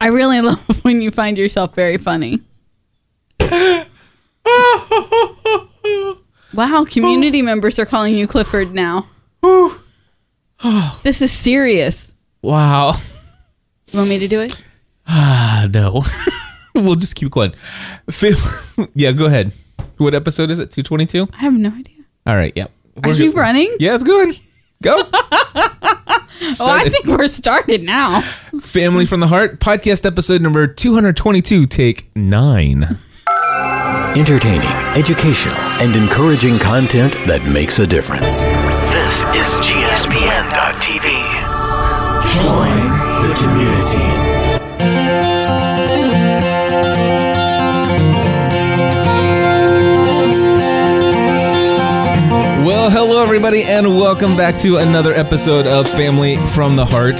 I really love when you find yourself very funny. wow, community members are calling you Clifford now. this is serious. Wow. You want me to do it? Ah, no. we'll just keep going. Phil, yeah, go ahead. What episode is it? 222? I have no idea. Oh, All right, yep. Are you running? Yeah, it's good. Go. Oh, I Started. think we're started now. Family from the Heart podcast episode number 222, take nine. Entertaining, educational, and encouraging content that makes a difference. This is GSPN.TV. Join the community. Well, hello, everybody, and welcome back to another episode of Family from the Heart.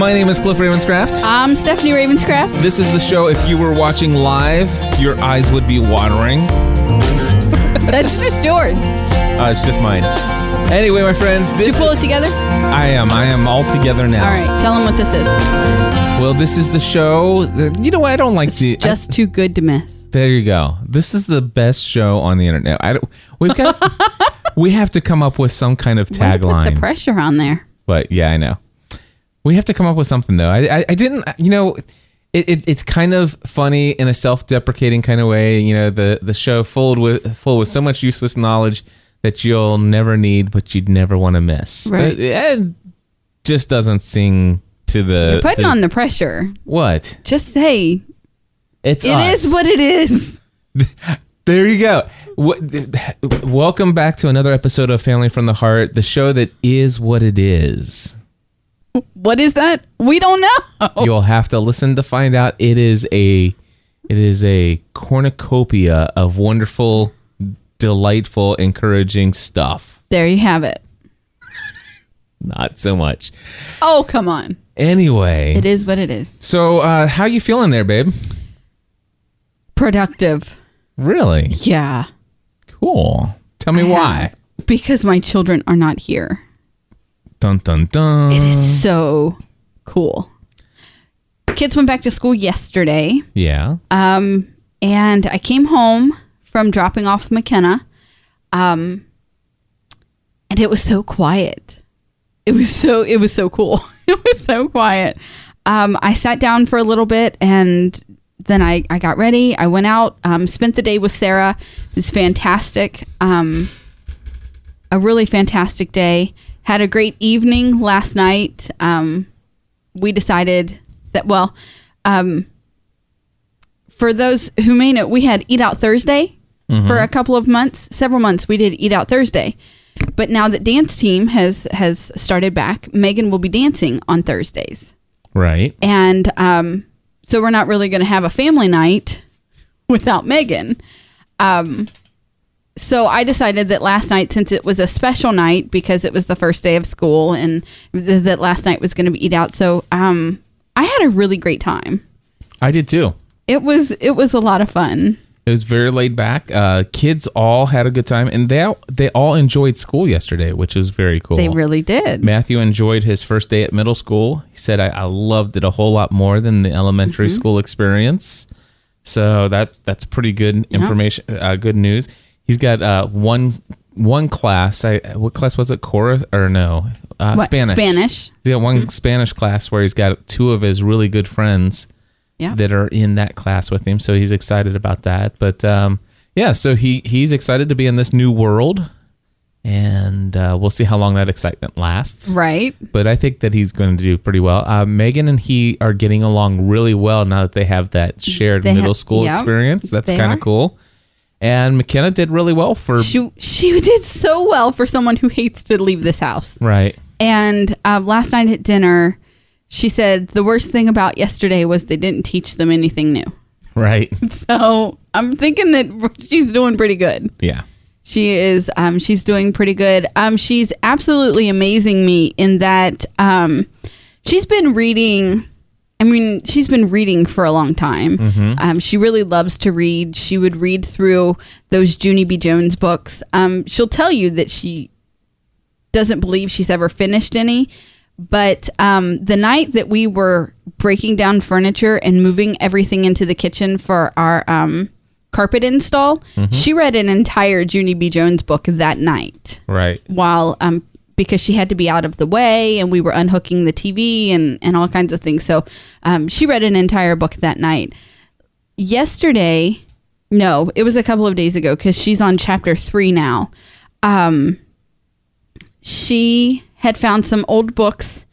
My name is Cliff Ravenscraft. I'm Um, Stephanie Ravenscraft. This is the show. If you were watching live, your eyes would be watering. That's just yours. Uh, it's just mine. Anyway, my friends, Did you this pull it together? All I am. I am all together now. right, tell them what this is. Well, this is the show. that- You know what? I don't like the. I- Just too good to miss. there you go. This is the best show on the internet. I don't, we've got. we have to come up with some kind of Why do you Put the tagline. pressure on there. But yeah, I know. We have to come up with something though. I I, I didn't. You know, it, it it's kind of funny in a self-deprecating kind of way. You know, the the show full with full with so much useless knowledge that you'll never need, but you'd never want to miss. Right. It, it just doesn't sing to the. You're putting Uh, the- on the pressure. what? Just say It's it us. is what it is. There you go. What, welcome back to another episode of Family from the Heart, the show that is what it is. What is that? We don't know. You'll have to listen to find out. It is a, it is a cornucopia of wonderful, delightful, encouraging stuff. There you have it. Not so much. Oh, come on. Anyway, It is what it is. so uh, how you feeling there, babe? Productive. Really Yeah. cool. Tell me why. Because my children are not here. Dun dun dun. It is so cool. Kids went back to school yesterday. Yeah. Um, and I came home from dropping off McKenna. Um, and it was so quiet. It was so it was so cool. it was so quiet. Um, I sat down for a little bit and then I, I got ready. I went out, um, spent the day with Sarah. It was fantastic. Um, a really fantastic day. Had a great evening last night. Um, we decided that, well, um, for those who may know, we had Eat Out Thursday for a couple of months, several months. We did Eat Out Thursday, but now that dance team has has started back, Megan will be dancing on Thursdays, Right. and um, so we're not really going to have a family night without Megan. Um, so I decided that last night, since it was a special night because it was the first day of school, and th- that last night was going to be Eat Out, so um, I had a really great time. I did too. It was it was a lot of fun. It was very laid back. Uh, kids all had a good time, and they all, they all enjoyed school yesterday, which is very cool. They really did. Matthew enjoyed his first day at middle school. He said, "I, I loved it a whole lot more than the elementary Mm-hmm. school experience." So that that's pretty good information. Uh, good news. He's got uh, one one class. I, what class was it? Chorus or no? Uh, What? Spanish. Spanish. Mm-hmm. He's got one Spanish class where he's got two of his really good friends Yeah. that are in that class with him. So he's excited about that. But um, yeah, so he he's excited to be in this new world, and uh, we'll see how long that excitement lasts. right. But I think that he's going to do pretty well. Uh, Megan and he are getting along really well now that they have that shared They middle have- school yeah, experience. That's they kind are. of cool. And McKenna did really well for She she did so well for someone who hates to leave this house. right. And um, last night at dinner, she said the worst thing about yesterday was they didn't teach them anything new. Right. So I'm thinking that she's doing pretty good. Yeah. She is. Um, she's doing pretty good. Um, she's absolutely amazing me in that um, she's been reading. I mean, she's been reading for a long time. Um, she really loves to read. She would read through those Junie B. Jones books. Um, she'll tell you that she doesn't believe she's ever finished any, But um, the night that we were breaking down furniture and moving everything into the kitchen for our um, carpet install, she read an entire Junie B. Jones book that night Right. while um because she had to be out of the way and we were unhooking the TV and and all kinds of things. So um, she read an entire book that night. Yesterday, no, it was a couple of days ago because she's on chapter three now. Um, she had found some old books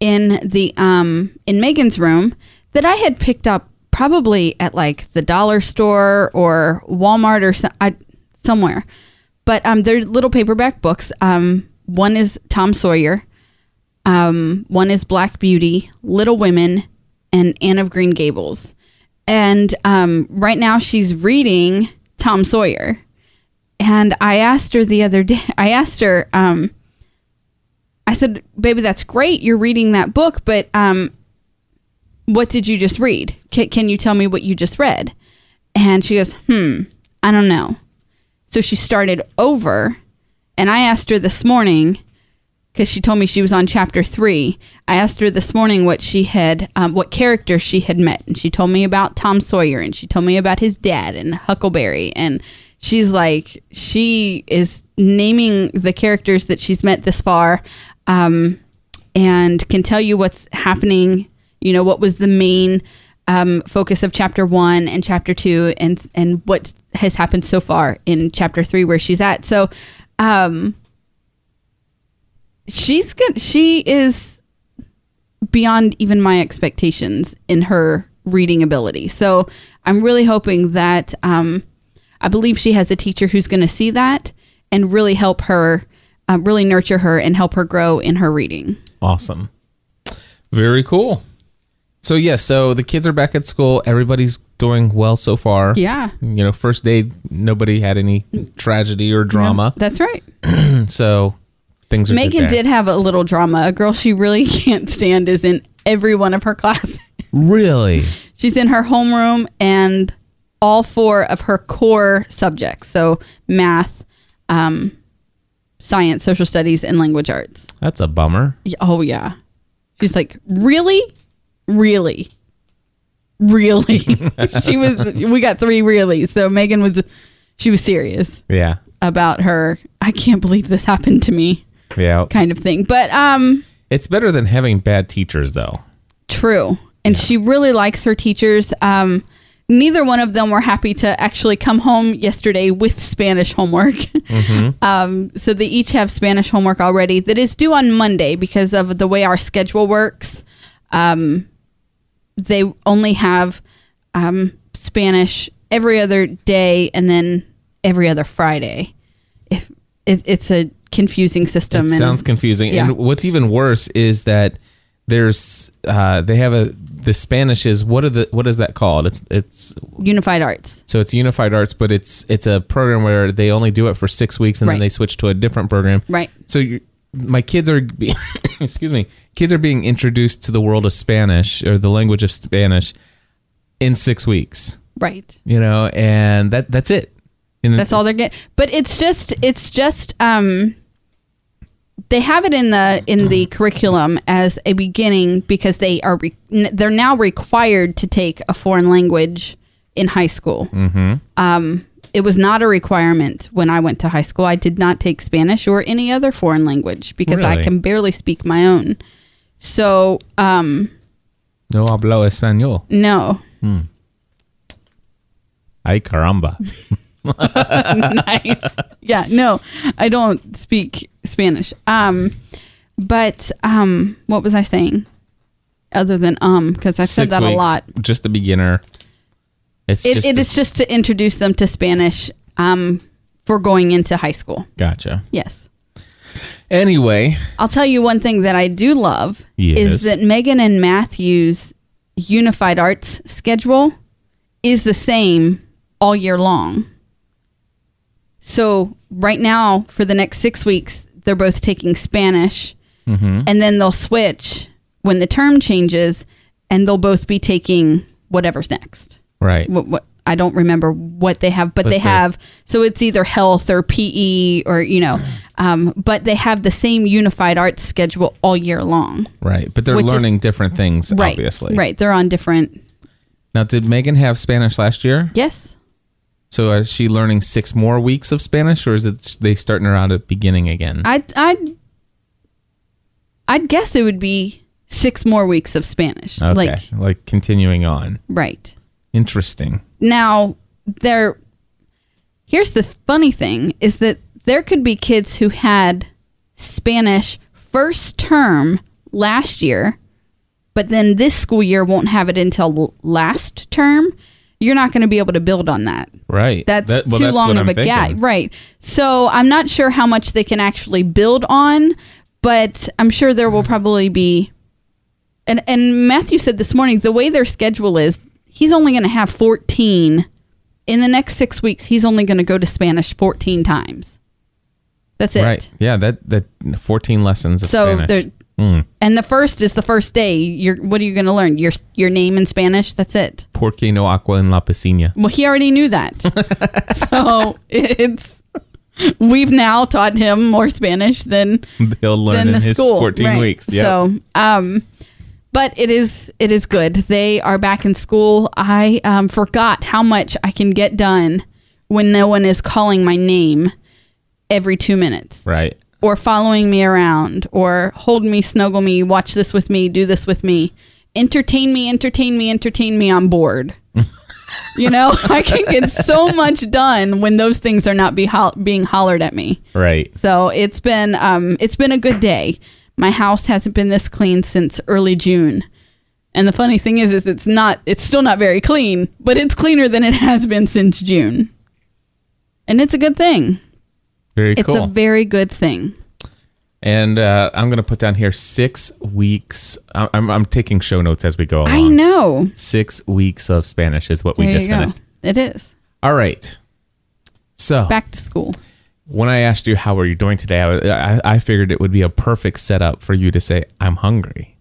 in the um in Megan's room that I had picked up probably at like the dollar store or Walmart or so, I, somewhere. But um they're little paperback books. Um one is Tom Sawyer. Um one is Black Beauty, Little Women and Anne of Green Gables. And um right now she's reading Tom Sawyer. And I asked her the other day I asked her um I said, "Baby, that's great. You're reading that book, but um, what did you just read? Can, can you tell me what you just read?" And she goes, "Hmm, I don't know." So she started over, and I asked her this morning because she told me she was on chapter three. I asked her this morning what she had, um, what character she had met, and she told me about Tom Sawyer, and she told me about his dad and Huckleberry, and she's like, she is naming the characters that she's met this far, um, and can tell you what's happening. You know what was the main um, focus of chapter one and chapter two, and and what has happened so far in chapter three where she's at. So. Um, she's good she is beyond even my expectations in her reading ability so i'm really hoping that um, i believe she has a teacher who's going to see that and really help her um, really nurture her and help her grow in her reading Awesome. Very cool. So yeah, so the kids are back at school. Everybody's doing well so far. yeah You know, first day nobody had any tragedy or drama. that's right So things are megan good there. did have a little drama a girl she really can't stand is in every one of her classes Really? She's in her homeroom and all four of her core subjects. So math, um, science, social studies, and language arts. That's a bummer. Y- Oh, yeah. She's like, really? Really? Really? she was, we got three really. So Megan was, she was serious Yeah. about her, I can't believe this happened to me Yeah. kind of thing. But, um, It's better than having bad teachers though. True. And she really likes her teachers. Um, neither one of them were happy to actually come home yesterday with Spanish homework. um, so they each have Spanish homework already that is due on Monday because of the way our schedule works. Um, they only have um, Spanish every other day and then every other Friday. If it, it's a confusing system, It Um, and sounds confusing. Yeah. And what's even worse is that there's uh they have a the Spanish is what are the what is that called? It's it's unified arts. so it's Unified Arts, but it's it's a program where they only do it for six weeks and Right. then they switch to a different program. Right. So you my kids are be- excuse me, kids are being introduced to the world of Spanish or the language of Spanish in six weeks. Right. You know, and that that's it. And That's all they're getting. But it's just it's just um they have it in the in the curriculum as a beginning because they are re- n- they're now required to take a foreign language in high school. Mm-hmm. Um, it was not a requirement when I went to high school. I did not take Spanish or any other foreign language because I Really? can barely speak my own. So um, no hablo español. no, Ay caramba. nice. Yeah, no, I don't speak Spanish. Um, but um, what was I saying? Other than um, because I've said Six that a weeks, lot. Just a beginner. It's It, just it a- is just to introduce them to Spanish um, for going into high school. gotcha. Yes. Anyway, I'll tell you one thing that I do love Yes. is that Megan and Matthew's unified arts schedule is the same all year long. So right now, for the next six weeks, they're both taking Spanish, and then they'll switch when the term changes, and they'll both be taking whatever's next. right. What, what I don't remember what they have, but, But they they're- have. So it's either health or PE or you know, um, but they have the same unified arts schedule all year long. Right. But they're Which is- learning different things, Right. obviously. Right. They're on different. Now, did Megan have Spanish last year? Yes. So is she learning six more weeks of Spanish, or is it they starting her out at beginning again? I I I'd guess it would be six more weeks of Spanish. okay. Uh, Like Like, continuing on. right. Interesting. Now, there. Here's the funny thing: is that there could be kids who had Spanish first term last year, but then this school year won't have it until l- last term. You're not going to be able to build on that. Right. That's That- well, too that's long what of I'm a gap, thinking. right? So I'm not sure how much they can actually build on, but I'm sure there will probably be. And and Matthew said this morning the way their schedule is, he's only going to have 14 in the next six weeks. He's only going to go to Spanish 14 times. That's it. Right. Yeah. That that fourteen lessons of So Spanish. Hmm. they're. And the first is the first day. You're, what are you going to learn? Your your name in Spanish. That's it. Porque no agua en la piscina. Well, he already knew that. so it's we've now taught him more Spanish than He'll learn than in the his school. fourteen right. weeks. Yep. So, um, but it is it is good. They are back in school. I um, forgot how much I can get done when no one is calling my name every two minutes right. or following me around or hold me, snuggle me, watch this with me, do this with me, entertain me, entertain me, entertain me on board. you know, I can get so much done when those things are not be hol- being hollered at me. Right. So it's been um, it's been a good day. My house hasn't been this clean since early June. And the funny thing is, is it's not it's still not very clean, but it's cleaner than it has been since June. And it's a good thing. Very It's cool. a very good thing. and uh, I'm gonna put down here six weeks. I- I'm I'm taking show notes as we go along. I know. Six weeks of Spanish is what we There just you go. finished. It is All right. So back to school. when I asked you how are you doing today, I, was- I, I figured it would be a perfect setup for you to say I'm hungry.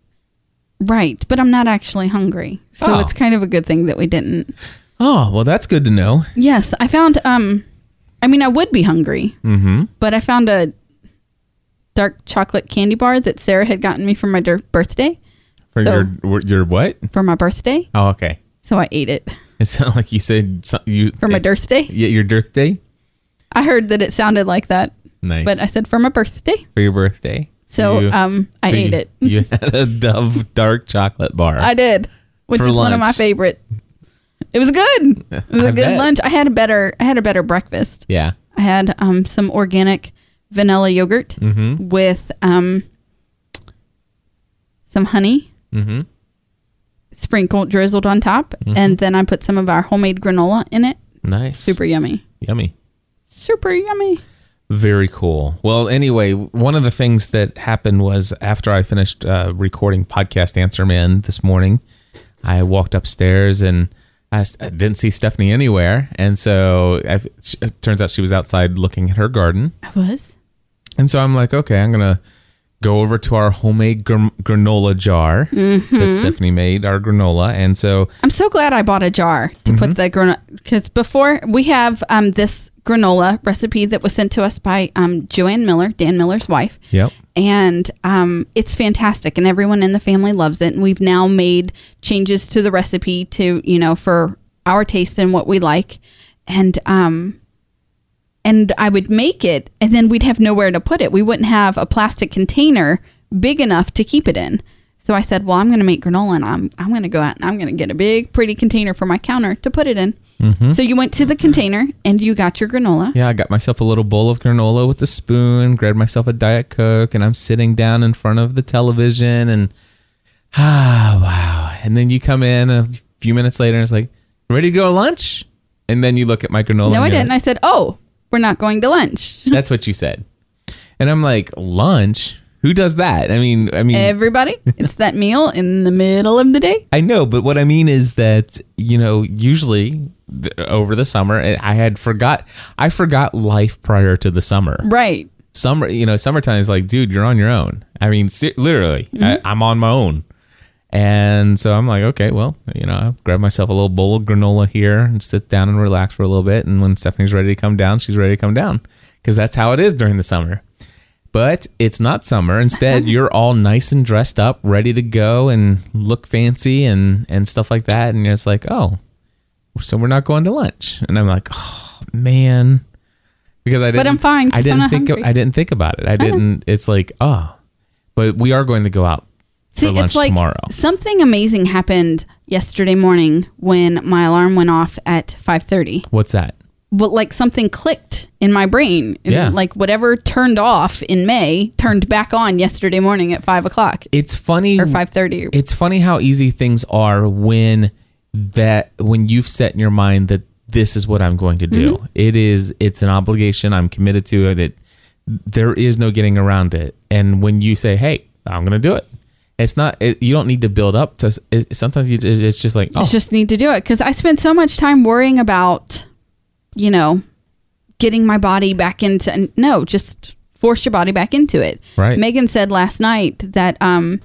Right, but I'm not actually hungry, so Oh. it's kind of a good thing that we didn't. Oh well, that's good to know. Yes, I found. Um, I mean, I would be hungry, Mm-hmm. but I found a dark chocolate candy bar that Sarah had gotten me for my dir- birthday. For So- your your what? For my birthday, Oh okay. so I ate it It sounded like you said some- you for my birthday. Yeah, your birthday. I heard that it sounded like that, Nice. but I said for my birthday, for your birthday. so You- um, I so ate you- it. You had a Dove dark chocolate bar. I did, which For is one of my lunch. favorite. It was good. It was a I good bet. lunch. I had a better. I had a better breakfast. yeah. I had um, some organic vanilla yogurt Mm-hmm. with um, some honey Mm-hmm. sprinkled, drizzled on top, and then I put some of our homemade granola in it. Nice. Super yummy. yummy. Super yummy. Very cool. Well, anyway, one of the things that happened was after I finished uh, recording podcast Answer Man this morning, I walked upstairs and I, s- I didn't see Stephanie anywhere, and so I, it turns out she was outside looking at her garden. I was. And so I'm like, okay, I'm gonna go over to our homemade gr- granola jar that Stephanie made, our granola. And so, I'm so glad I bought a jar to Mm-hmm. put the granola because before we have um, this granola recipe that was sent to us by um, Joanne Miller, Dan Miller's wife. yep, and um, it's fantastic and everyone in the family loves it and we've now made changes to the recipe to you know for our taste and what we like and um and i would make it and then we'd have nowhere to put it we wouldn't have a plastic container big enough to keep it in so i said well i'm going to make granola and i'm, I'm going to go out and i'm going to get a big pretty container for my counter to put it in so you went to the container and you got your granola yeah, I got myself a little bowl of granola with a spoon, grabbed myself a diet coke, and I'm sitting down in front of the television, and ah, wow. And then you come in a few minutes later, and it's like, ready to go to lunch? And then you look at my granola. no and i you're didn't like, i said oh we're not going to lunch That's what you said. And I'm like, lunch? Who does that? I mean, I mean, everybody. It's that meal in the middle of the day. I know, but what I mean is that you know, usually d- over the summer, I I had forgot. I forgot life prior to the summer. Right. Summer, you know, summertime is like, dude, you're on your own. I mean, se- literally, I, I'm on my own, And so I'm like, okay, well, you know, I'll grab myself a little bowl of granola here and sit down and relax for a little bit. And when Stephanie's ready to come down, she's ready to come down because that's how it is during the summer. But it's not summer. Instead, you're all nice and dressed up, ready to go and look fancy and, and stuff like that. And it's like, oh, so we're not going to lunch. And I'm like, oh, man. Because I didn't, But I'm fine 'cause I I'm didn't not think hungry. I didn't think about it. I didn't. It's like oh, but we are going to go out See, for lunch it's like tomorrow. something amazing happened yesterday morning when my alarm went off at 5:30. What's that? But like something clicked in my brain. And, Yeah. Like whatever turned off in May turned back on yesterday morning at five o'clock It's funny. or 5:30. It's funny how easy things are when that when you've set in your mind that this is what I'm going to do. Mm-hmm. It is it's an obligation I'm committed to it. it. There is no getting around it. And when you say, "Hey, I'm going to do it." It's not it, you don't need to build up to s- it, sometimes you ju- it's just like, "Oh, It's just need to do it because I spend so much time worrying about, you know, getting my body back into. No, just force your body back into it. Right. Megan said last night that um,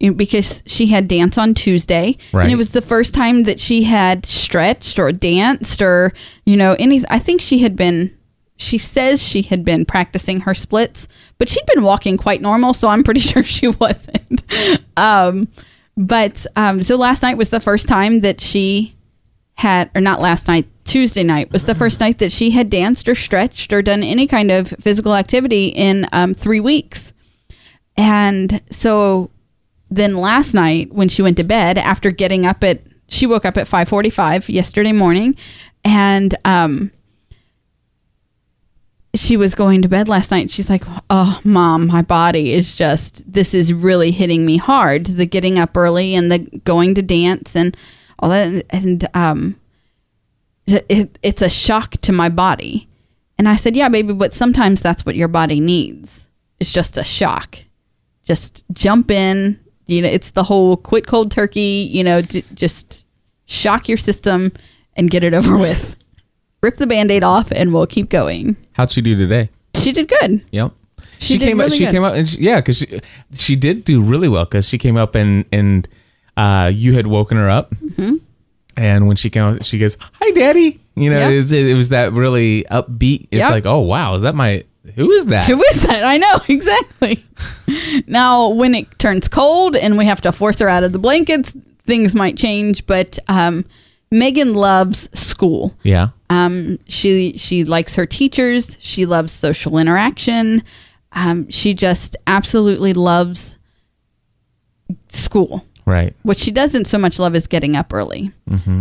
you know, because she had dance on Tuesday, Right. and it was the first time that she had stretched or danced or you know any. I think she had been. She says she had been practicing her splits, but she'd been walking quite normal, so I'm pretty sure she wasn't. Um, but um, so last night was the first time that she had, or not last night, Tuesday night was the first night that she had danced or stretched or done any kind of physical activity in um, three weeks. And so then last night when she went to bed after getting up at, she woke up at 545 yesterday morning and um, she was going to bed last night. She's like, "Oh, mom, my body is just this is really hitting me hard. The getting up early and the going to dance and all that, and um, it, it's a shock to my body." And I said, "Yeah, baby, but sometimes that's what your body needs. It's just a shock. Just jump in. You know, it's the whole quit cold turkey. You know, j- just shock your system and get it over with. Rip the band-aid off, and we'll keep going." how'd she do today?" She did good. Yep. She She, did came up. really She good. came up, and she, yeah, because she she did do really well because she came up and and uh, you had woken her up, Mm-hmm. and when she came up, she goes, "Hi, Daddy." You know, Yeah. it, was, it was that really upbeat. It's Yep. like, oh wow, is that my who is that? Who is that? I know exactly. now, when it turns cold and we have to force her out of the blankets, things might change. But um, Megan loves school. yeah, Um, she she likes her teachers. She loves social interaction. Um, she just absolutely loves school. right. What she doesn't so much love is getting up early.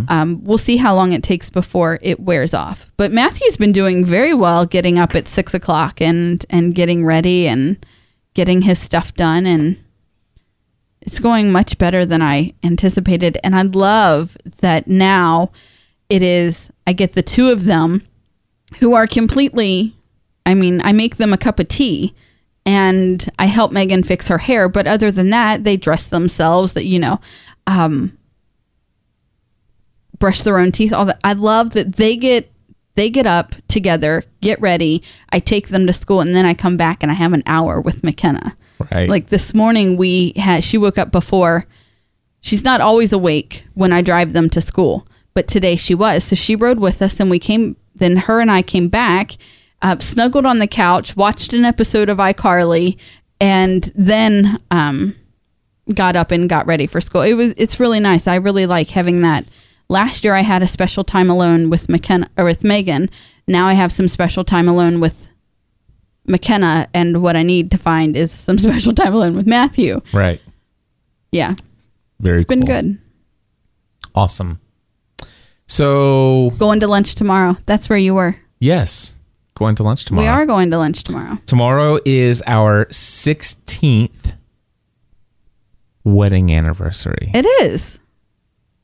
Um, we'll see how long it takes before it wears off. But Matthew's been doing very well getting up at six o'clock and and getting ready and getting his stuff done, and it's going much better than I anticipated. And I love that now it is. I get the two of them who are completely I mean, I make them a cup of tea and I help Megan fix her hair, but other than that, they dress themselves that you know, um brush their own teeth, all that. I love that they get they get up together, get ready. I take them to school and then I come back and I have an hour with McKenna. Right. Like this morning, we had she woke up before. She's not always awake when I drive them to school, but today she was. So she rode with us, and we came. Then her and I came back, uh, snuggled on the couch, watched an episode of iCarly, and then um, got up and got ready for school. It was it's really nice. I really like having that. Last year I had a special time alone with McKenna or with Megan. Now I have some special time alone with McKenna and what I need to find is some special time alone with Matthew. right. Yeah. Very. It's been cool. good. Awesome. So Going to lunch tomorrow. That's where you were. yes, going to lunch tomorrow. We are going to lunch tomorrow. Tomorrow is our sixteenth wedding anniversary. It is.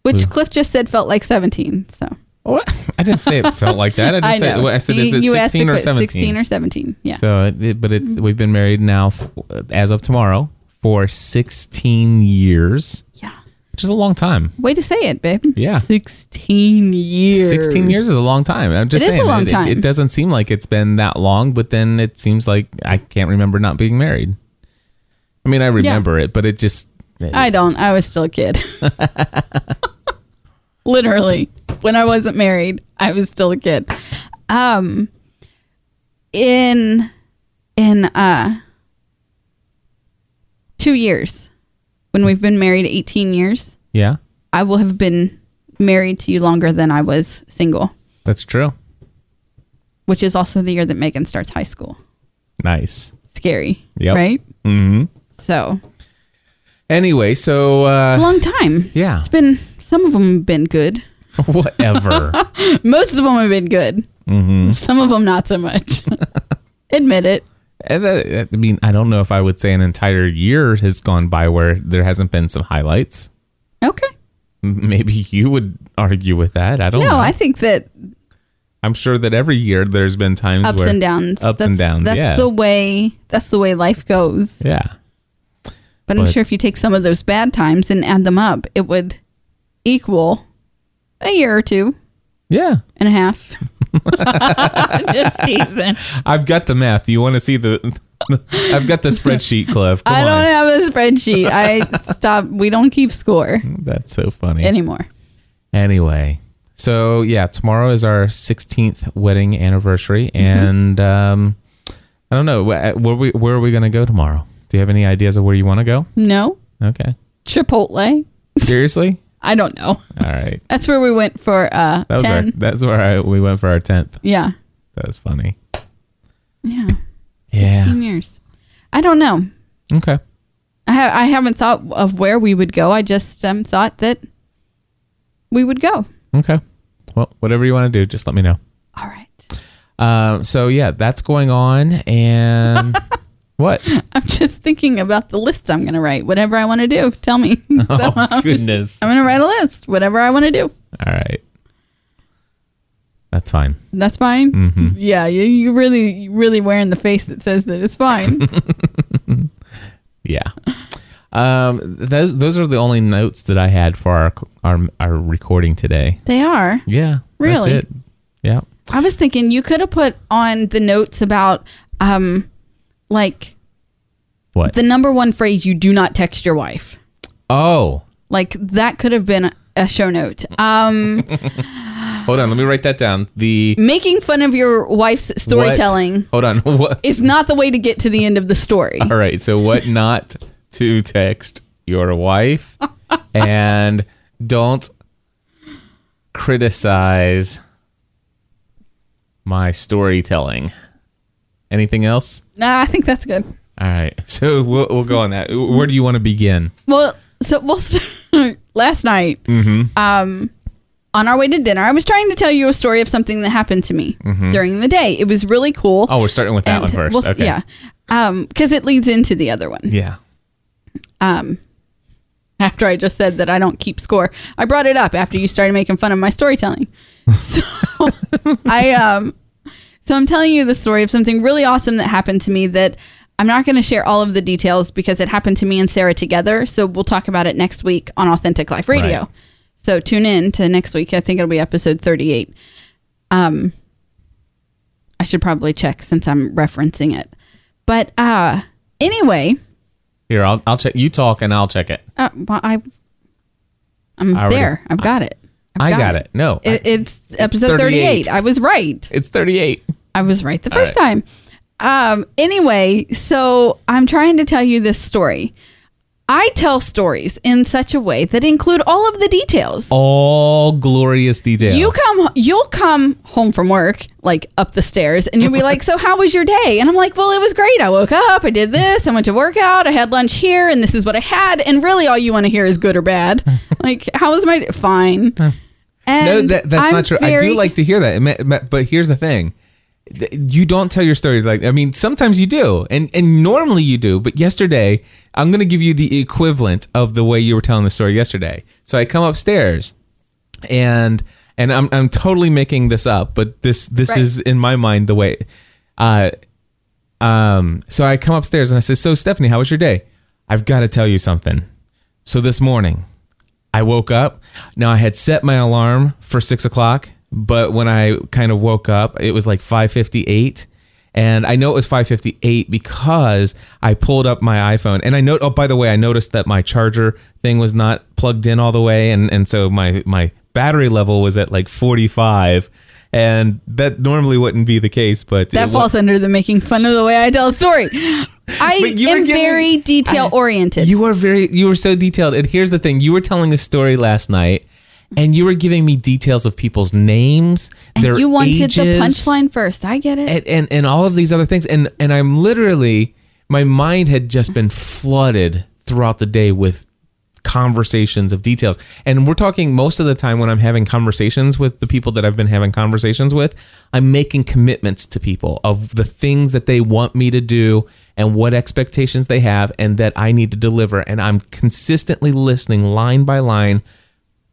Which Cliff just said felt like 17. So What? I didn't say it felt like that. I just I said know. I said You- is it you asked sixteen to or quit seventeen? 16 or Mm-hmm. 17. Yeah. so, it, it- but it's we've been married now f- as of tomorrow for sixteen years, yeah. which is a long time. Way to say it, babe. Yeah. 16 years. Sixteen years is a long time. I'm just It is a saying long it- it- time. It, doesn't seem like it's been that long, but then it seems like I can't remember not being married. I mean, I remember it, but it just I don't. I was still a kid. Literally, when I wasn't married, I was still a kid. Um, in in uh two years, when we've been married eighteen years, Yeah, I will have been married to you longer than I was single, that's true. which is also the year that Megan starts high school. Nice. Scary, Yep. right? hmm So Anyway, so a uh, long time. yeah, It's been some of them have been good. whatever. Most of them have been good. Mm-hmm. Some of them not so much. Admit it. And that- I mean, I don't know if I would say an entire year has gone by where there hasn't been some highlights. Okay. M- Maybe you would argue with that. I don't No, know. I think that I'm sure that every year there's been times ups where and downs. ups that's, and downs. That's yeah, the way. That's the way life goes. yeah, But, I'm But- sure if you take some of those bad times and add them up, it would equal a year or two yeah. and a half. Just teasing. I've got the math. You want to see the? I've got the spreadsheet, Cliff. Come I on. don't have a spreadsheet. I stop. We don't keep score That's so funny. anymore. Anyway, so yeah, tomorrow is our 16th wedding anniversary, Mm-hmm. and um, I don't know wh- where we where are we gonna go tomorrow? Do you have any ideas of where you want to go? No Okay, Chipotle. seriously? I don't know. All right, That's where we went for uh that was our, ten. that's where I, we went for our 10th. Yeah. That was funny. Yeah. Yeah. 15 years. I don't know. Okay. I ha- I haven't thought of where we would go. I just um thought that we would go. Okay. Well, whatever you want to do, just let me know. All right. Um, so yeah, that's going on, and what? I'm just thinking about the list I'm going to write. Whatever I want to do, tell me. so Oh I'm goodness! All going to write a list. Whatever I want to do. right. That's fine. That's fine. Mm-hmm. Yeah, you you really you really wearing the face that says that it's fine. Yeah. Um, those those are the only notes that I had for our our, our recording today. they are. Yeah. Really? That's it. Yeah. I was thinking you could have put on the notes about um like What? the number one phrase you do not text your wife. oh, Like that could have been a show note. Mm. Um, hold on. Let me write that down. The making fun of your wife's Mm. what- Uh-huh. storytelling Hold on. What? is not the way to get to the end of the story. All right. So what not to text your wife, and don't criticize my storytelling. Anything else? Nah, I think that's good. All right. So we'll we'll go on that. Where do you want to begin? Well, so we'll start last night. Mm-hmm. Um, on our way to dinner, I was trying to tell you a story of something that happened to me during the day. It was really cool. Mm-hmm. Oh, we're starting with that And one first. we'll- okay. Yeah, because it leads into the other one. Yeah. after I just said that I don't keep score. I brought it up after you started making fun of my storytelling. So I um so I'm telling you the story of something really awesome that happened to me that I'm not going to share all of the details because it happened to me and Sarah together. So we'll talk about it next week on Authentic Life Radio. Right. So tune in to next week. I think it'll be episode 38. Um I should probably check since I'm referencing it. But uh anyway, Here, I'll I'll check. You talk, and I'll check it. uh, well, I, I'm I already- there. I've got it. I've I got it. No, I- It- it's episode 38. 38. I was right. It's thirty-eight. I was right the All first time. Um, anyway, so I'm trying to tell you this story. I tell stories in such a way that include all of the details. All glorious details. You come, you'll come home from work, like up the stairs, and you'll be like, "So, how was your day?" And I'm like, "Well, it was great. I woke up, I did this, I went to work out, I had lunch here, and this is what I had." And really, all you want to hear is good or bad. like, how was my fine? And No, that, that's I'm not true. I do very- like to hear that. It ma- ma- But here's the thing: Th- you don't tell your stories like. I mean, sometimes you do, and and normally you do. But yesterday, I'm going to give you the equivalent of the way you were telling the story yesterday. So I come upstairs, and and I'm I'm totally making this up, but this this Right. is in my mind the way. Uh, um, so I come upstairs and I say, "So Stephanie, how was your day? I've got to tell you something. So this morning, I woke up. Now I had set my alarm for six o'clock, but when I kind of woke up, it was like five fifty-eight, And I know it was 558 because I pulled up my iPhone and I note oh by the way, I noticed that my charger thing was not plugged in all the way and and so my my battery level was at like 45 and that normally wouldn't be the case, but That it wa- falls under the making fun of the way I tell a story. I am But you were giving- very detail oriented. You were very you were so detailed. And here's the thing, you were telling a story last night and you were giving me details of people's names, their And you wanted the ages, punchline first. I get it. and, and and all of these other things and and I'm literally my mind had just been flooded throughout the day with conversations of details and we're talking most of the time when I'm having conversations with the people that I've been having conversations with I'm making commitments to people of the things that they want me to do and what expectations they have and that I need to deliver and I'm consistently listening line by line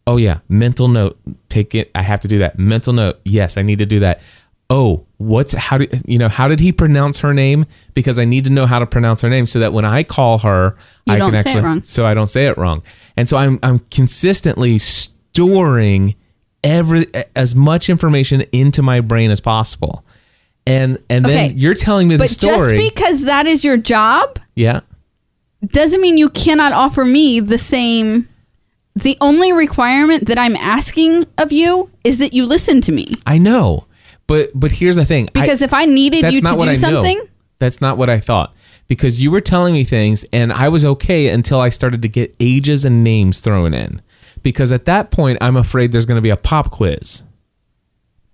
Oh yeah, mental note. Take it. I have to do that. Mental note. Yes, I need to do that. Oh, what's how do you know how did he pronounce her name? Because I need to know how to pronounce her name so that when I call her, You I don't can say it actually wrong. so I don't say it wrong. And so I'm I'm consistently storing every as much information into my brain as possible. And and Okay. then you're telling me but the story. just because that is your job yeah. doesn't mean you cannot offer me the same. The only requirement that I'm asking of you is that you listen to me. I know. But but here's the thing. I- Because if I needed you to do know. something, That's not what I thought. Because you were telling me things and I was okay until I started to get ages and names thrown in. Because at that point I'm afraid there's gonna be a pop quiz.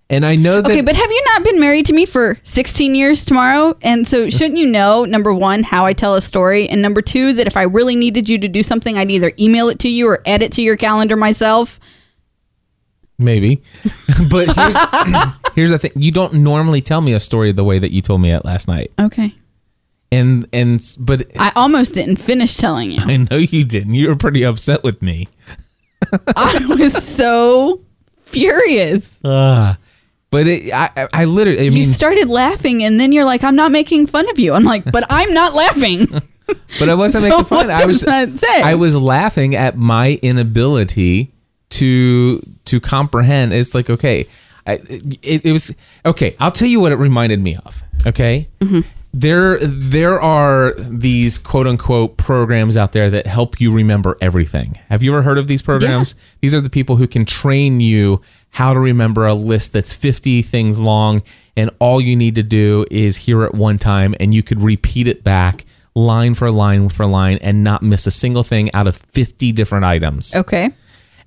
And I know that okay, but have you not been married to me for 16 years tomorrow? And so shouldn't you know number 1 how I tell a story and number 2 that if I really needed you to do something I'd either email it to you or add it to your calendar myself? maybe. but here's here's the thing. You don't normally tell me a story the way that you told me it last night. Okay. And and s- but I almost didn't finish telling you. I know you didn't. You were pretty upset with me. I was so furious. Uh, but it, I I- I literally I You mean started laughing and then you're like I'm not making fun of you. I'm like, "But I'm not laughing." But I wasn't So making fun. what I was does that say? I was laughing at my inability to to comprehend. It's like okay, I, it, it was okay. I'll tell you what it reminded me of. Okay, there there are these quote unquote programs out there that help you remember everything. Have you ever heard of these programs? These are the people who can train you how to remember a list that's 50 things long and all you need to do is hear it one time and you could repeat it back line for line for line and not miss a single thing out of 50 different items okay.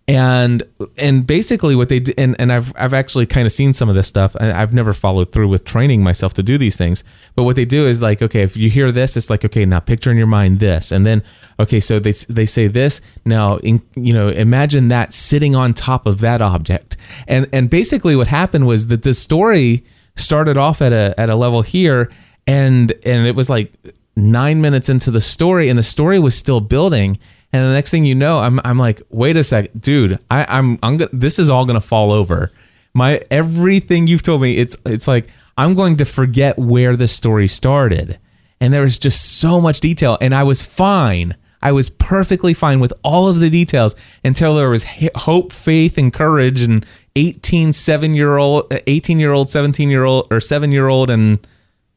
and and basically what they did and, and I've I've actually kind of seen some of this stuff and I've never followed through with training myself to do these things but what they do is like okay if you hear this it's like okay now picture in your mind this and then okay so they they say this now in, you know imagine that sitting on top of that object and and basically what happened was that the story started off at a at a level here and and it was like nine minutes into the story and the story was still building and the next thing you know i'm, I'm like wait a sec dude I, i'm i'm gonna this is all gonna fall over my everything you've told me it's it's like i'm going to forget where the story started and there was just so much detail and i was fine i was perfectly fine with all of the details until there was h- hope faith and courage and 18 7 year old 18 year old 17 year old or 7 year old and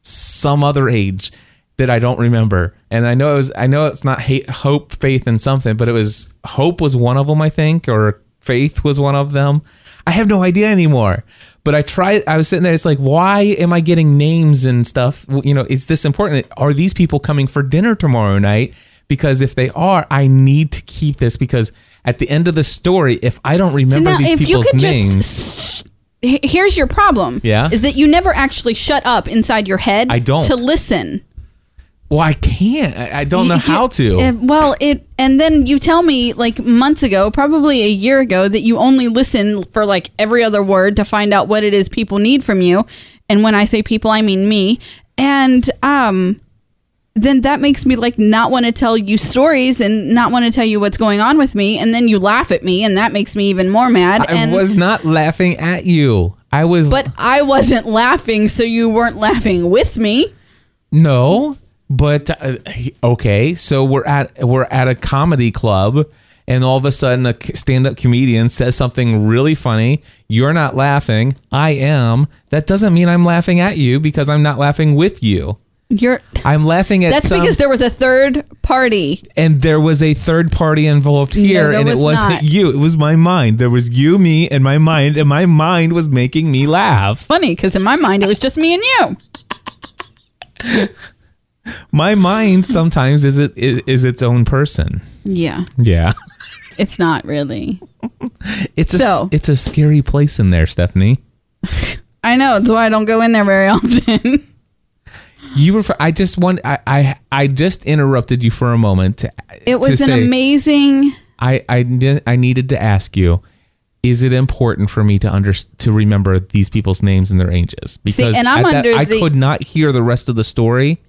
some other age that I don't remember. And I know it was I know it's not hate, hope, faith, and something, but it was hope was one of them, I think, or faith was one of them. I have no idea anymore. But I tried. I was sitting there. It's like, why am I getting names and stuff? Well, You know, is this important? Are these people coming for dinner tomorrow night? Because if they are, I need to keep this because at the end of the story, if I don't So remember now, these if you people's could names, just, h- here's your problem. Yeah? is that you never actually shut up inside your head. I don't. to listen. well, I can't. I, I don't know You- how to. uh, well, it and then you tell me like months ago, probably a year ago, that you only listen for like every other word to find out what it is people need from you. And when I say people, I mean me. And um, then that makes me like not want to tell you stories and not want to tell you what's going on with me. And then you laugh at me, and that makes me even more mad. I and was not laughing at you. I was But I wasn't laughing, so you weren't laughing with me. no, but uh, he- okay. So we're at we're at a comedy club, and all of a sudden a c- stand-up comedian says something really funny you're not laughing i am that doesn't mean i'm laughing at you because i'm not laughing with you You're. i'm laughing at That's some- because there was a third party. and there was a third party involved here there and was it wasn't not. you it was my mind there was you me and my mind and my mind was making me laugh Funny, because in my mind it was just me and you. my mind sometimes is it is, is its own person Yeah, yeah it's not really. it's a So- it's a scary place in there stephanie I know. That's why I don't go in there very often. you were i just want I, I i just interrupted you for a moment to, It was to an say, amazing. i I, did, I needed to ask you is it important for me to under to remember these people's names and their ages? Because and I'm at that- under I the- could not hear the rest of the story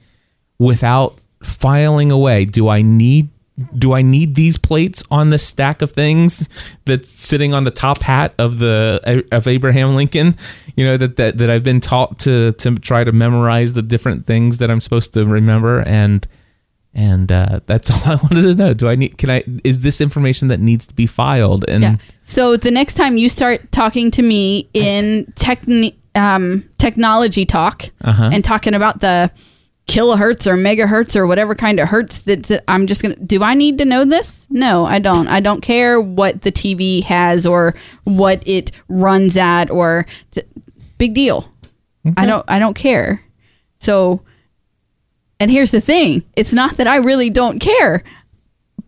without filing away. Do I need do I need these plates on the stack of things that's sitting on the top hat of the of Abraham Lincoln? You know that that, that I've been taught to to try to memorize the different things that I'm supposed to remember and and uh, that's all I wanted to know. Do I need? Can I? Is this information that needs to be filed? And Yeah. So the next time you start talking to me in techni- um, technology talk and talking about the kilohertz or megahertz or whatever kind of hertz that, that I'm just going to, do I need to know this? No, I don't. I don't care what the TV has or what it runs at or t- big deal. I don't, I don't care. So, and here's the thing. It's not that I really don't care,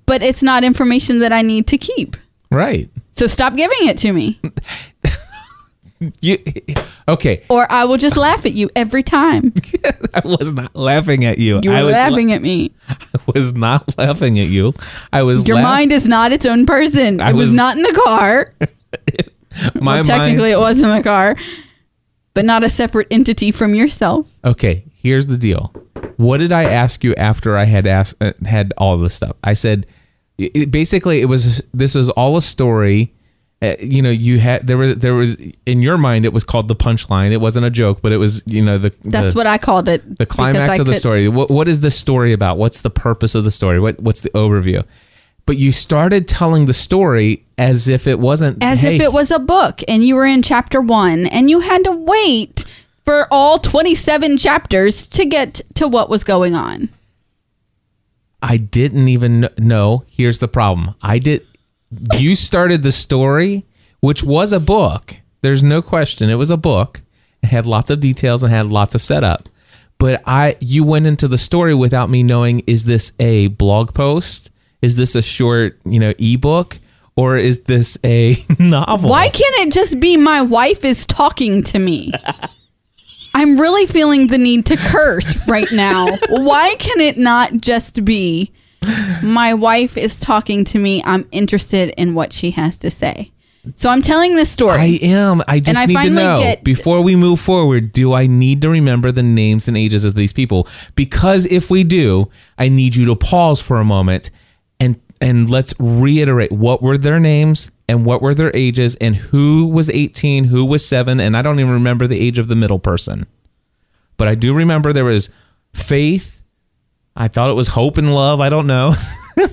but it's not information that I need to keep. right. So stop giving it to me, You okay? or I will just laugh at you every time. I was not laughing at you. You I were was laughing at me. I was not laughing at you. I was Your laugh- mind is not its own person. I it was, was- not in the car. My mind- Technically, it was in the car, but not a separate entity from yourself. Okay, here's the deal. What did I ask you after I had asked uh, had all this stuff? I said it, it- basically it was this was all a story. Uh, you know, you had there was there was in your mind it was called the punchline. It wasn't a joke, but it was you know the That's the, what I called it. the because climax I of the could- story. What what is the story about? What's the purpose of the story? What what's the overview? But you started telling the story as if it wasn't As hey, if it was a book, and you were in chapter one, and you had to wait for all twenty-seven chapters to get to what was going on. I didn't even kn- know. Here's the problem. I did. You started the story, which was a book. There's no question. It was a book. It had lots of details and had lots of setup. But I, you went into the story without me knowing. Is this a blog post? Is this a short, you know, ebook, or is this a novel? Why can't it just be my wife is talking to me? I'm really feeling the need to curse right now. Why can it not just be my wife is talking to me? I'm interested in what she has to say. So I'm telling this story. I am. I just I need to finally know get- before we move forward. Do I need to remember the names and ages of these people? Because if we do, I need you to pause for a moment and and let's reiterate what were their names and what were their ages and who was eighteen, who was seven, and I don't even remember the age of the middle person, but I do remember there was Faith. I thought it was Hope and Love. I don't know.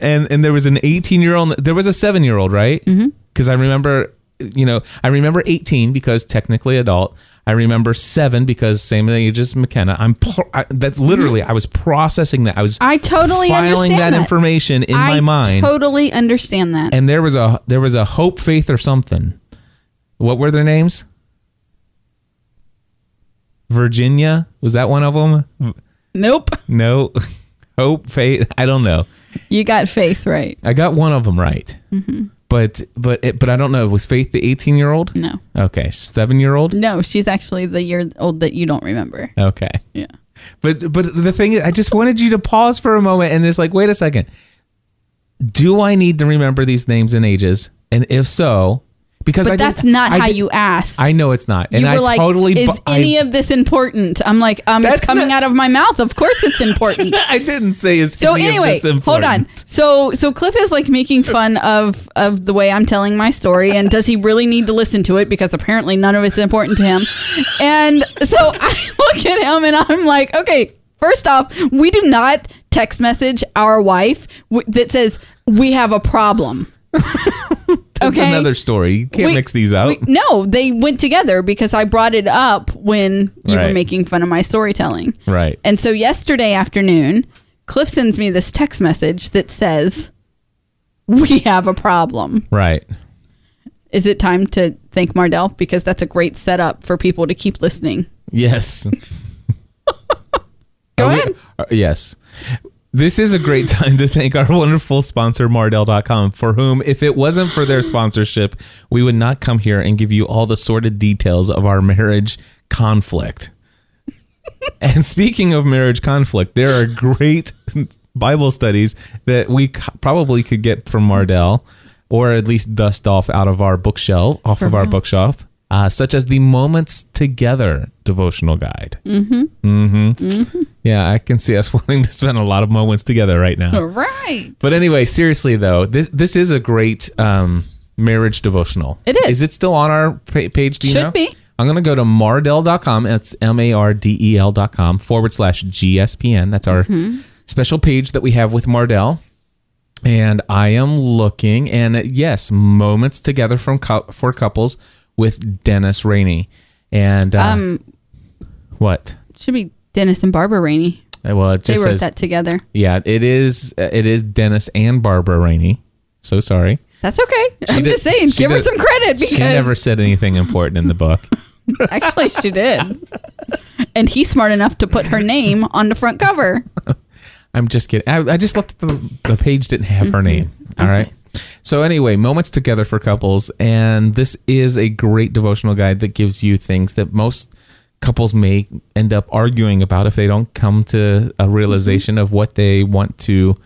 and and there was an 18 year old there was a 7 year old right Mm-hmm. because i remember you know i remember 18 because technically adult i remember 7 because same age as mckenna i'm pro- I, that literally i was processing that i was Mm-hmm. I totally filing understand that, that. information in I my mind totally understand that. and there was a there was a hope faith or something what were their names virginia was that one of them nope. no hope faith i don't know You got faith right. I got one of them right, Mm-hmm. but but it, but I don't know. Was Faith the eighteen year old? No. Okay, seven year old. No, she's actually the year old that you don't remember. Okay, Yeah. but but the thing is, I just wanted you to pause for a moment and just like, wait a second. Do I need to remember these names and ages? And if so, because But I didn't- that's not I how did- you asked. I know it's not, and you were I like, totally. is bu- I- any of this important? I'm like, um, it's That's coming not- out of my mouth. Of course, it's important. I didn't say is so any of anyway, this important. hold on. So so Cliff is like making fun of of the way I'm telling my story, and does he really need to listen to it? Because apparently none of it's important to him. And so I look at him and I'm like, okay, first off, we do not text message our wife w- that says. we have a problem. That's okay. another story. You can't We- mix these up. we- no, they went together because I brought it up when you were Right. making fun of my storytelling. right. And so yesterday afternoon, Cliff sends me this text message that says, We have a problem. Right. Is it time to thank Mardell? Because that's a great setup for people to keep listening. Yes. Go Are we- ahead. are- yes. This is a great time to thank our wonderful sponsor, Mardell.com, for whom, if it wasn't for their sponsorship, we would not come here and give you all the sordid details of our marriage conflict. and speaking of marriage conflict, there are great Bible studies that we c- probably could get from Mardell, or at least dust off out of our bookshelf, off of our bookshelf, uh, such as the Moments Together devotional guide. Mm-hmm. Yeah, I can see us wanting to spend a lot of moments together right now. All right. But anyway, seriously though, this this is a great um, marriage devotional. It is. Is it still on our pa- page? Do you Should know? be. I'm going to go to mardell.com. That's M A R D E L.com forward slash GSPN. That's our Mm-hmm. special page that we have with Mardell. And I am looking, and uh, yes, moments together from cou- for couples with Dennis Rainey. And uh, Um, what? Should be Dennis and Barbara Rainey. Uh, Well, it They just wrote says that together. Yeah, it is. uh, It is Dennis and Barbara Rainey. So sorry. That's okay. I'm did- just saying, she give her did- some credit because She never said anything important in the book. actually she did. And he's smart enough to put her name on the front cover. I'm just kidding. I, I just looked at the, the page didn't have her name. All right. So anyway, moments together for couples, and this is a great devotional guide that gives you things that most couples may end up arguing about if they don't come to a realization of what they want to,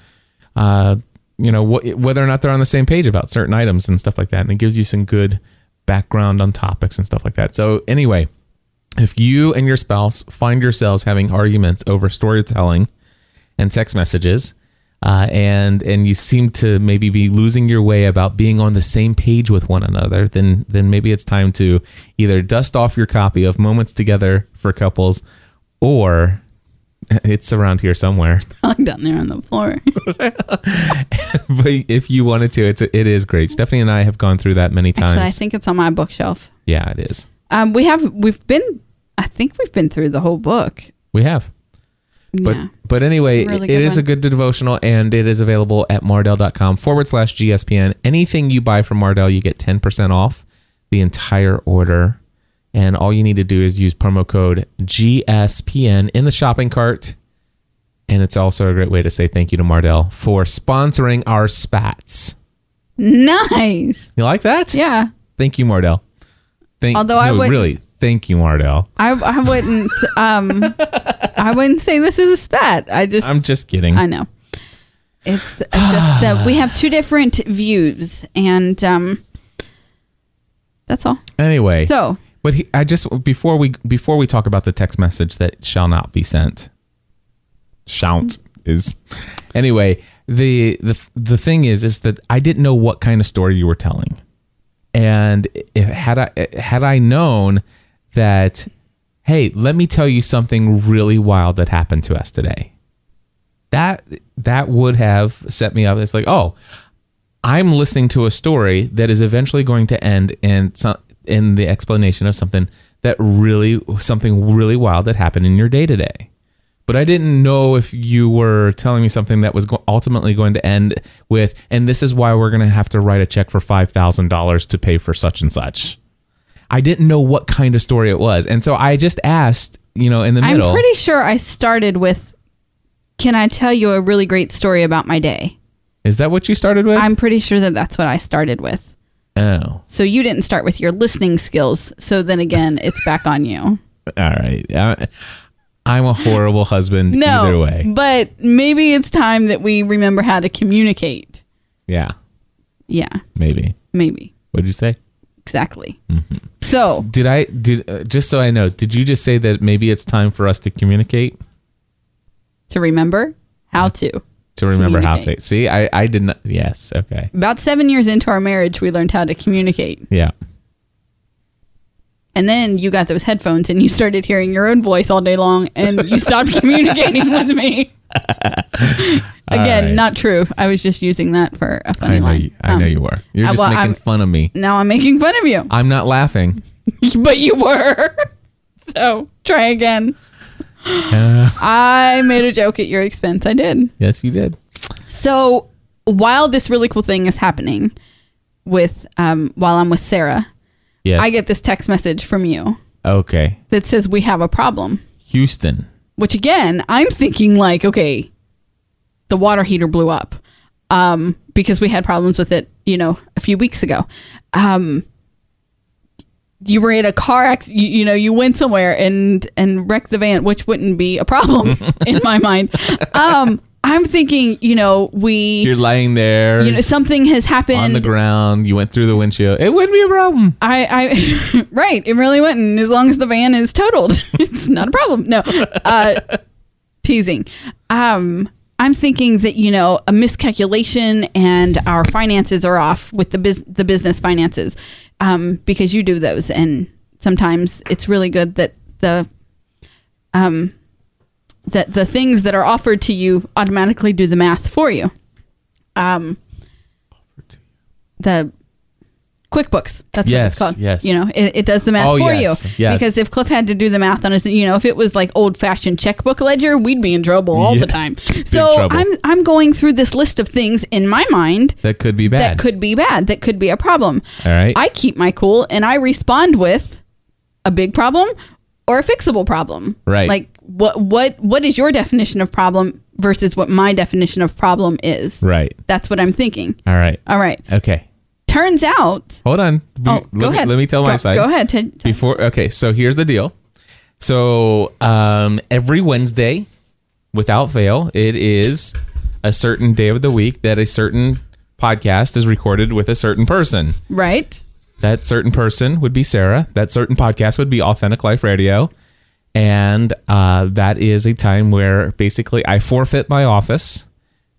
uh, you know, wh- whether or not they're on the same page about certain items and stuff like that. And it gives you some good background on topics and stuff like that. So anyway, if you and your spouse find yourselves having arguments over storytelling and text messages, uh, and and you seem to maybe be losing your way about being on the same page with one another, then then maybe it's time to either dust off your copy of Moments Together for Couples, or it's around here somewhere. Like down there on the floor. but if you wanted to, it's it is great. Stephanie and I have gone through that many times. Actually, I think it's on my bookshelf. yeah, it is. Um, we have we've been I think we've been through the whole book. We have. But yeah. but anyway, It's a really it good is a one. good devotional and it is available at mardell.com forward slash GSPN. Anything you buy from Mardell, you get 10% off the entire order. And all you need to do is use promo code GSPN in the shopping cart. And it's also a great way to say thank you to Mardell for sponsoring our spats. Nice. You like that? Yeah. Thank you, Mardell. Thank, Although I no, would- really, thank you, Mardell. I, I wouldn't um I wouldn't say this is a spat. I just I'm just kidding. I know. It's just uh, we have two different views and um that's all. Anyway, So, But he, I just before we before we talk about the text message that shall not be sent. Shout is anyway the the the thing is is that I didn't know what kind of story you were telling, and if, had I had I known that, hey, let me tell you something really wild that happened to us today. That that would have set me up. It's like oh, I'm listening to a story that is eventually going to end in some, in the explanation of something that really something really wild that happened in your day to day. But I didn't know if you were telling me something that was go- ultimately going to end with, and this is why we're going to have to write a check for five thousand dollars to pay for such and such. I didn't know what kind of story it was, and so I just asked, you know, in the I'm middle. pretty sure I started with can I tell you a really great story about my day? is that what you started with? I'm pretty sure that that's what I started with. oh, So you didn't start with your listening skills. So then again, it's back on you. all right. I, I'm a horrible husband. No. Either way, But maybe it's time that we remember how to communicate. yeah. Yeah, Maybe. maybe. What did you say? Exactly. Mm-hmm. So Did I did uh, just so I know? Did you just say that maybe it's time for us to communicate to remember how to. to remember how to? Communicate. See, I I did not. Yes. Okay. About seven years into our marriage, we learned how to communicate. Yeah. And then you got those headphones and you started hearing your own voice all day long and you stopped communicating with me. Again, right. not true. I was just using that for a funny I know, line. you, I Um, know you were. You're I- just well, making I'm- fun of me. Now I'm making fun of you, I'm not laughing. but you were. so try again. I made a joke at your expense. I did. Yes, you did. So while this really cool thing is happening with um, while I'm with Sarah, Yes. I get this text message from you Okay. that says we have a problem. Houston. Which again, I'm thinking like, okay, the water heater blew up um, because we had problems with it, you know, a few weeks ago. Um, you were in a car accident, you, you know, you went somewhere and and wrecked the van, which wouldn't be a problem in my mind. Um, I'm thinking, you know, we You're lying there you know something has happened on the ground. You went through the windshield. It wouldn't be a problem. I, I right it really wouldn't as long as the van is totaled it's not a problem no uh teasing um i'm thinking that you know a miscalculation and our finances are off with the bus the business finances um because you do those and sometimes it's really good that the um that the things that are offered to you automatically do the math for you um the QuickBooks. That's what Yes, it's called. yes. You know, it, it does the math Oh, for yes, you. yes. Because if Cliff had to do the math on us, you know, if it was like old fashioned checkbook ledger, we'd be in trouble all Yeah. the time. So trouble. I'm I'm going through this list of things in my mind That could be bad. that could be bad, that could be a problem. All right. I keep my cool and I respond with a big problem or a fixable problem. Right. Like what what what is your definition of problem versus what my definition of problem is? right. That's what I'm thinking. All right. All right. Okay. Turns out Hold on. Oh, go Be- let me- ahead. let me tell go, my side. Go ahead. Ted. Ted. Before okay, so here's the deal. So um every Wednesday, without fail, it is a certain day of the week that a certain podcast is recorded with a certain person. Right. That certain person would be Sarah. That certain podcast would be Authentic Life Radio. And uh, that is a time where basically I forfeit my office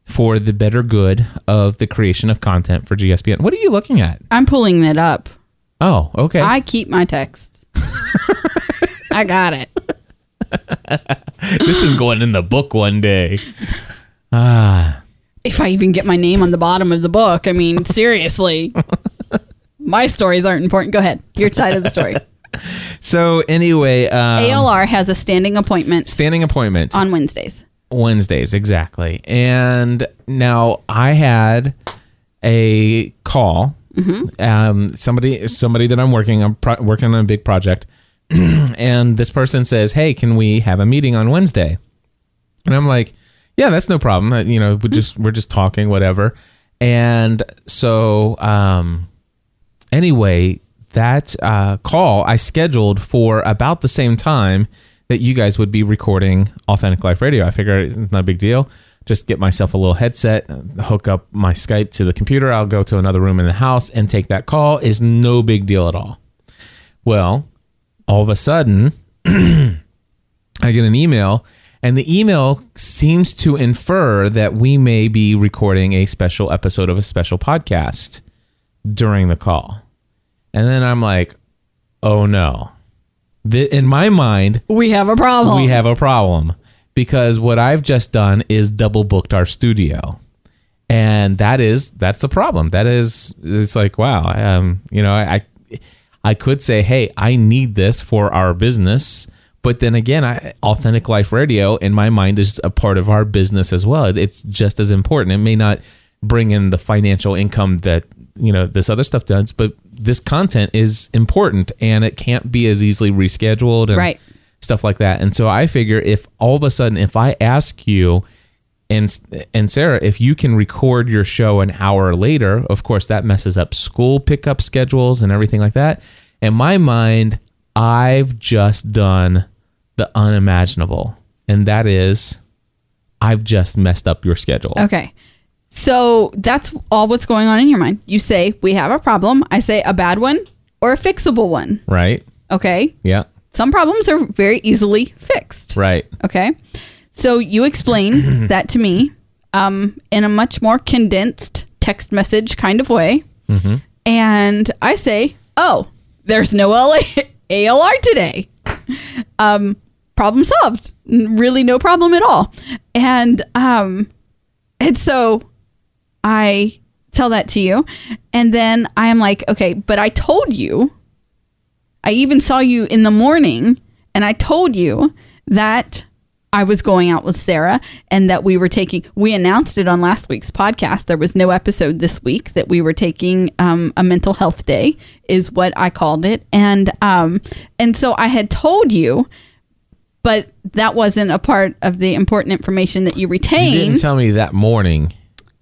for the better good of the creation of content for GSPN. What are you looking at? I'm pulling that up. Oh, okay. I keep my text. I got it. this is going in the book one day. If I even get my name on the bottom of the book, I mean, seriously. my stories aren't important. Go ahead. Your side of the story. Um, So anyway, um, ALR has a standing appointment standing appointment on Wednesdays. Wednesdays exactly. And now I had a call. Um, somebody, somebody that I'm working, I'm pro- working on a big project, and this person says, "Hey, can we have a meeting on Wednesday?" And I'm like, "Yeah, that's no problem. Uh, You know, we just we're just talking, whatever." And so, um, anyway, that uh, call I scheduled for about the same time that you guys would be recording Authentic Life Radio. I figure it's not a big deal. Just get myself a little headset, uh, hook up my Skype to the computer. I'll go to another room in the house and take that call. Is no big deal at all. Well, all of a sudden, I get an email, and the email seems to infer that we may be recording a special episode of a special podcast during the call. And then I'm like, oh no. Th- in my mind, We have a problem. we have a problem because what I've just done is double booked our studio. And that is that's the problem. That is it's like wow, um, you know, I I- I could say, "Hey, I need this for our business." But then again, I, authentic life radio in my mind is a part of our business as well. It's just as important. It may not bring in the financial income that, you know, this other stuff does, but this content is important and it can't be as easily rescheduled and Right. stuff like that. And so I figure if all of a sudden, if I ask you and and Sarah, if you can record your show an hour later, of course that messes up school pickup schedules and everything like that. In my mind, I've just done the unimaginable, and that is, I've just messed up your schedule. Okay. So that's all what's going on in your mind. You say, we have a problem. I say, a bad one or a fixable one. Right? Okay. Yeah. Some problems are very easily fixed. Right. Okay. So you explain that to me um, in a much more condensed text message kind of way. And I say, oh, there's no LA- ALR today. Um, problem solved. N- Really, no problem at all. And um, And so I tell that to you. And then I am like, okay, but I told you, I even saw you in the morning, and I told you that I was going out with Sarah and that we were taking, we announced it on last week's podcast. There was no episode this week that we were taking um, a mental health day, is what I called it. And, um, and so I had told you, but that wasn't a part of the important information that you You retained. didn't tell me that morning.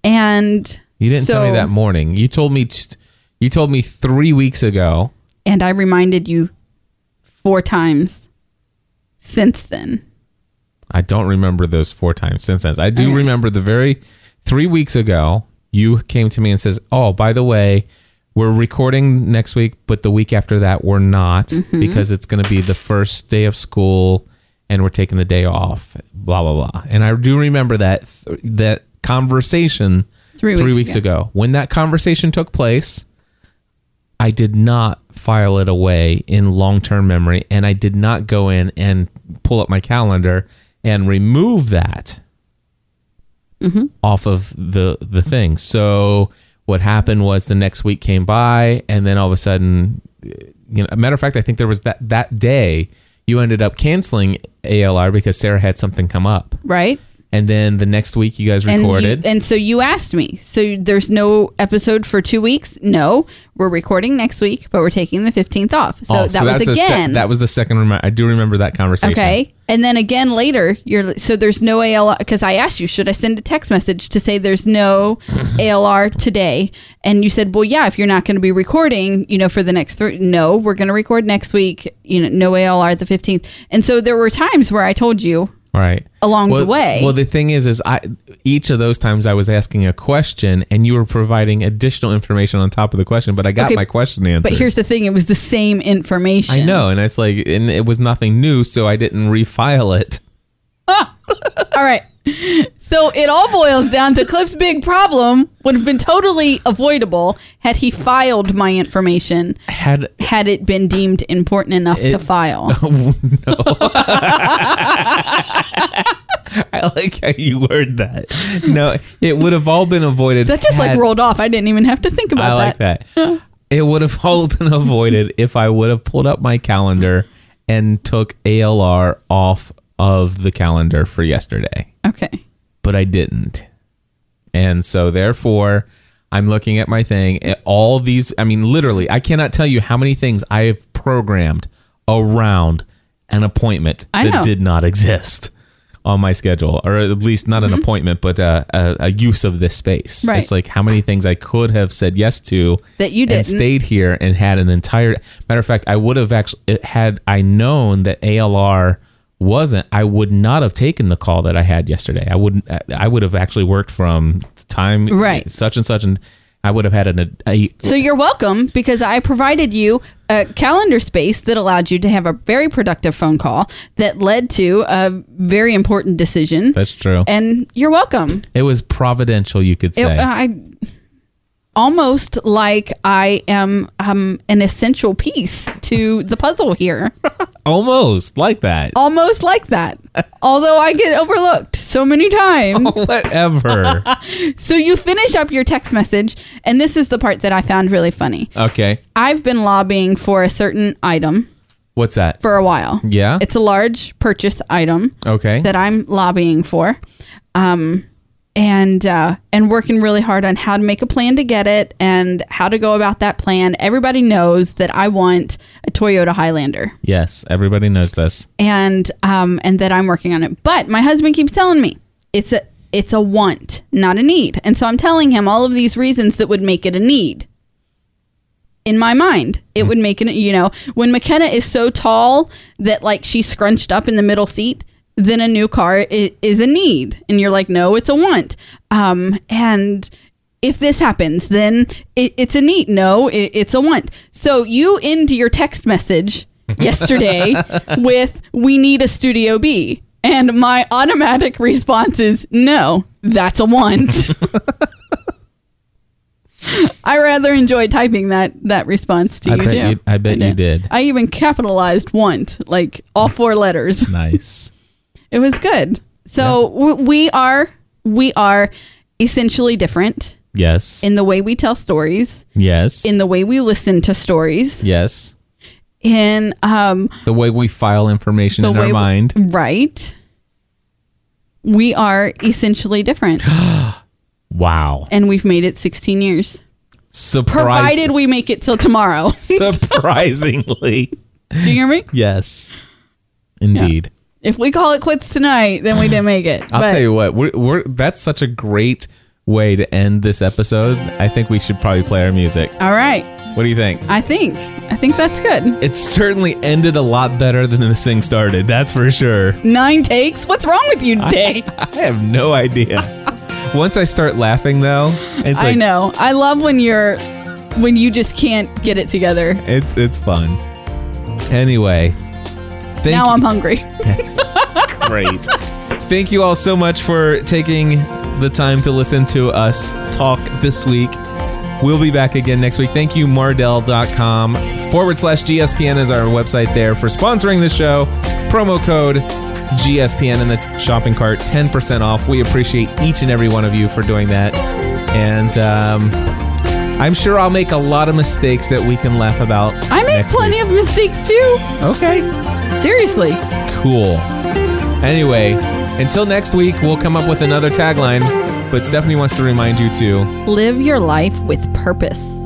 and You didn't tell me so- that morning. You told me t- you told me 3 weeks ago. and I reminded you four times since then. I don't remember those four times since then. I do remember the very 3 weeks ago you came to me and says, "Oh, by the way, we're recording next week, but the week after that we're not Mm-hmm. because it's going to be the first day of school and we're taking the day off, blah blah blah." And I do remember that th- that conversation Three weeks ago. ago. When that conversation took place, I did not file it away in long term memory and I did not go in and pull up my calendar and remove that Mm-hmm. off of the, the thing. So what happened was the next week came by and then all of a sudden you know a matter of fact I think there was that that day you ended up canceling ALR because Sarah had something come up. Right? And then the next week you guys And you- recorded. And, so you asked me. So there's no episode for two weeks? No. We're recording next week, but we're taking the 15th off. So Oh, that was the sec- again. that was the second reminder. I do remember that conversation. Okay. And then again later, you're so there's no ALR because I asked you, should I send a text message to say there's no ALR today? And you said, well, yeah, if you're not going to be recording, you know, for the next three, no, we're going to record next week, you know, no ALR the 15th. And so there were times where I told you, All right. Along well, the way. Well, the thing is, is I each of those times I was asking a question, and you were providing additional information on top of the question, but I got Okay, my question answered. but here's the thing, it was the same information. I know, and it's like, and it was nothing new, so I didn't refile it. All right. So it all boils down to Cliff's big problem would have been totally avoidable had he filed my information, Had had it been deemed important enough to It- file. oh no. I like how you word that. No, it would have all been avoided. That just like had- rolled off. I didn't even have to think about I like that. it would have all been avoided if I would have pulled up my calendar and took ALR off of the calendar for yesterday, Okay. but I didn't. And so therefore, I'm looking at my thing. At all these, I mean, literally, I cannot tell you how many things I have programmed around an appointment I that know. did not exist on my schedule, or at least not an appointment, but uh, a, a use of this space. Mm-hmm. Right. It's like how many things I could have said yes to That you and didn't. stayed here and had an entire. Matter of fact, I would have actually had I known that ALR wasn't. I would not have taken the call that I had yesterday. I wouldn't. I would have actually worked from the time Right. such and such, and I would have had an a, So you're welcome because I provided you a calendar space that allowed you to have a very productive phone call that led to a very important decision. That's true. And you're welcome. It was providential, you could It, uh, say. I almost like I am um, an essential piece to the puzzle here. Almost like that. almost like that. Although I get overlooked so many times. Oh. Whatever. So you finish up your text message, and this is the part that I found really funny. okay. I've been lobbying for a certain item What's that? for a while. Yeah? It's a large purchase item okay. that I'm lobbying for. Um and uh, and working really hard on how to make a plan to get it and how to go about that plan. Everybody knows that I want a Toyota Highlander. yes, everybody knows this. and um and that I'm working on it. But my husband keeps telling me it's a it's a want, not a need. And so I'm telling him all of these reasons that would make it a need. In my mind, it would make it, you know, when McKenna is so tall that like she's scrunched up in the middle seat, then a new car is, is a need. And you're like, no, it's a want. Um, and if this happens, then it, it's a need. No, it, it's a want. So you end your text message yesterday with, we need a Studio B. And my automatic response is, no, that's a want. I rather enjoy typing that that response to I you bet too. you- I bet do. you did. I even capitalized want, like all four letters. Nice. It was good. So w we are we are essentially different Yes. in the way we tell stories, yes. in the way we listen to stories, yes. in um, The way we file information the in way our we- mind. right? We are essentially different, wow. and we've made it 16 years. Surprise- Provided we make it till tomorrow. surprisingly. Do you hear me? yes. Indeed. If we call it quits tonight, then we didn't make it. I'll But tell you what, we're, we're that's such a great way to end this episode. I think we should probably play our music. All right. What do you think? I think. I think that's good. It certainly ended a lot better than this thing started. That's for sure. Nine takes? What's wrong with you today? I have no idea. Once I start laughing, though, it's I like know. I love when you're when you just can't get it together. it's it's fun. Anyway, thank now I'm hungry. great. Thank you all so much for taking the time to listen to us talk this week. We'll be back again next week. Thank you, Mardell.com forward slash GSPN is our website there for sponsoring the show. Promo code GSPN in the shopping cart, 10% off. We appreciate each and every one of you for doing that. And um, I'm sure I'll make a lot of mistakes that we can laugh about. I make next plenty week. of mistakes too. Okay Seriously. cool. Anyway, until next week, we'll come up with another tagline, but Stephanie wants to remind you to Live your life with purpose.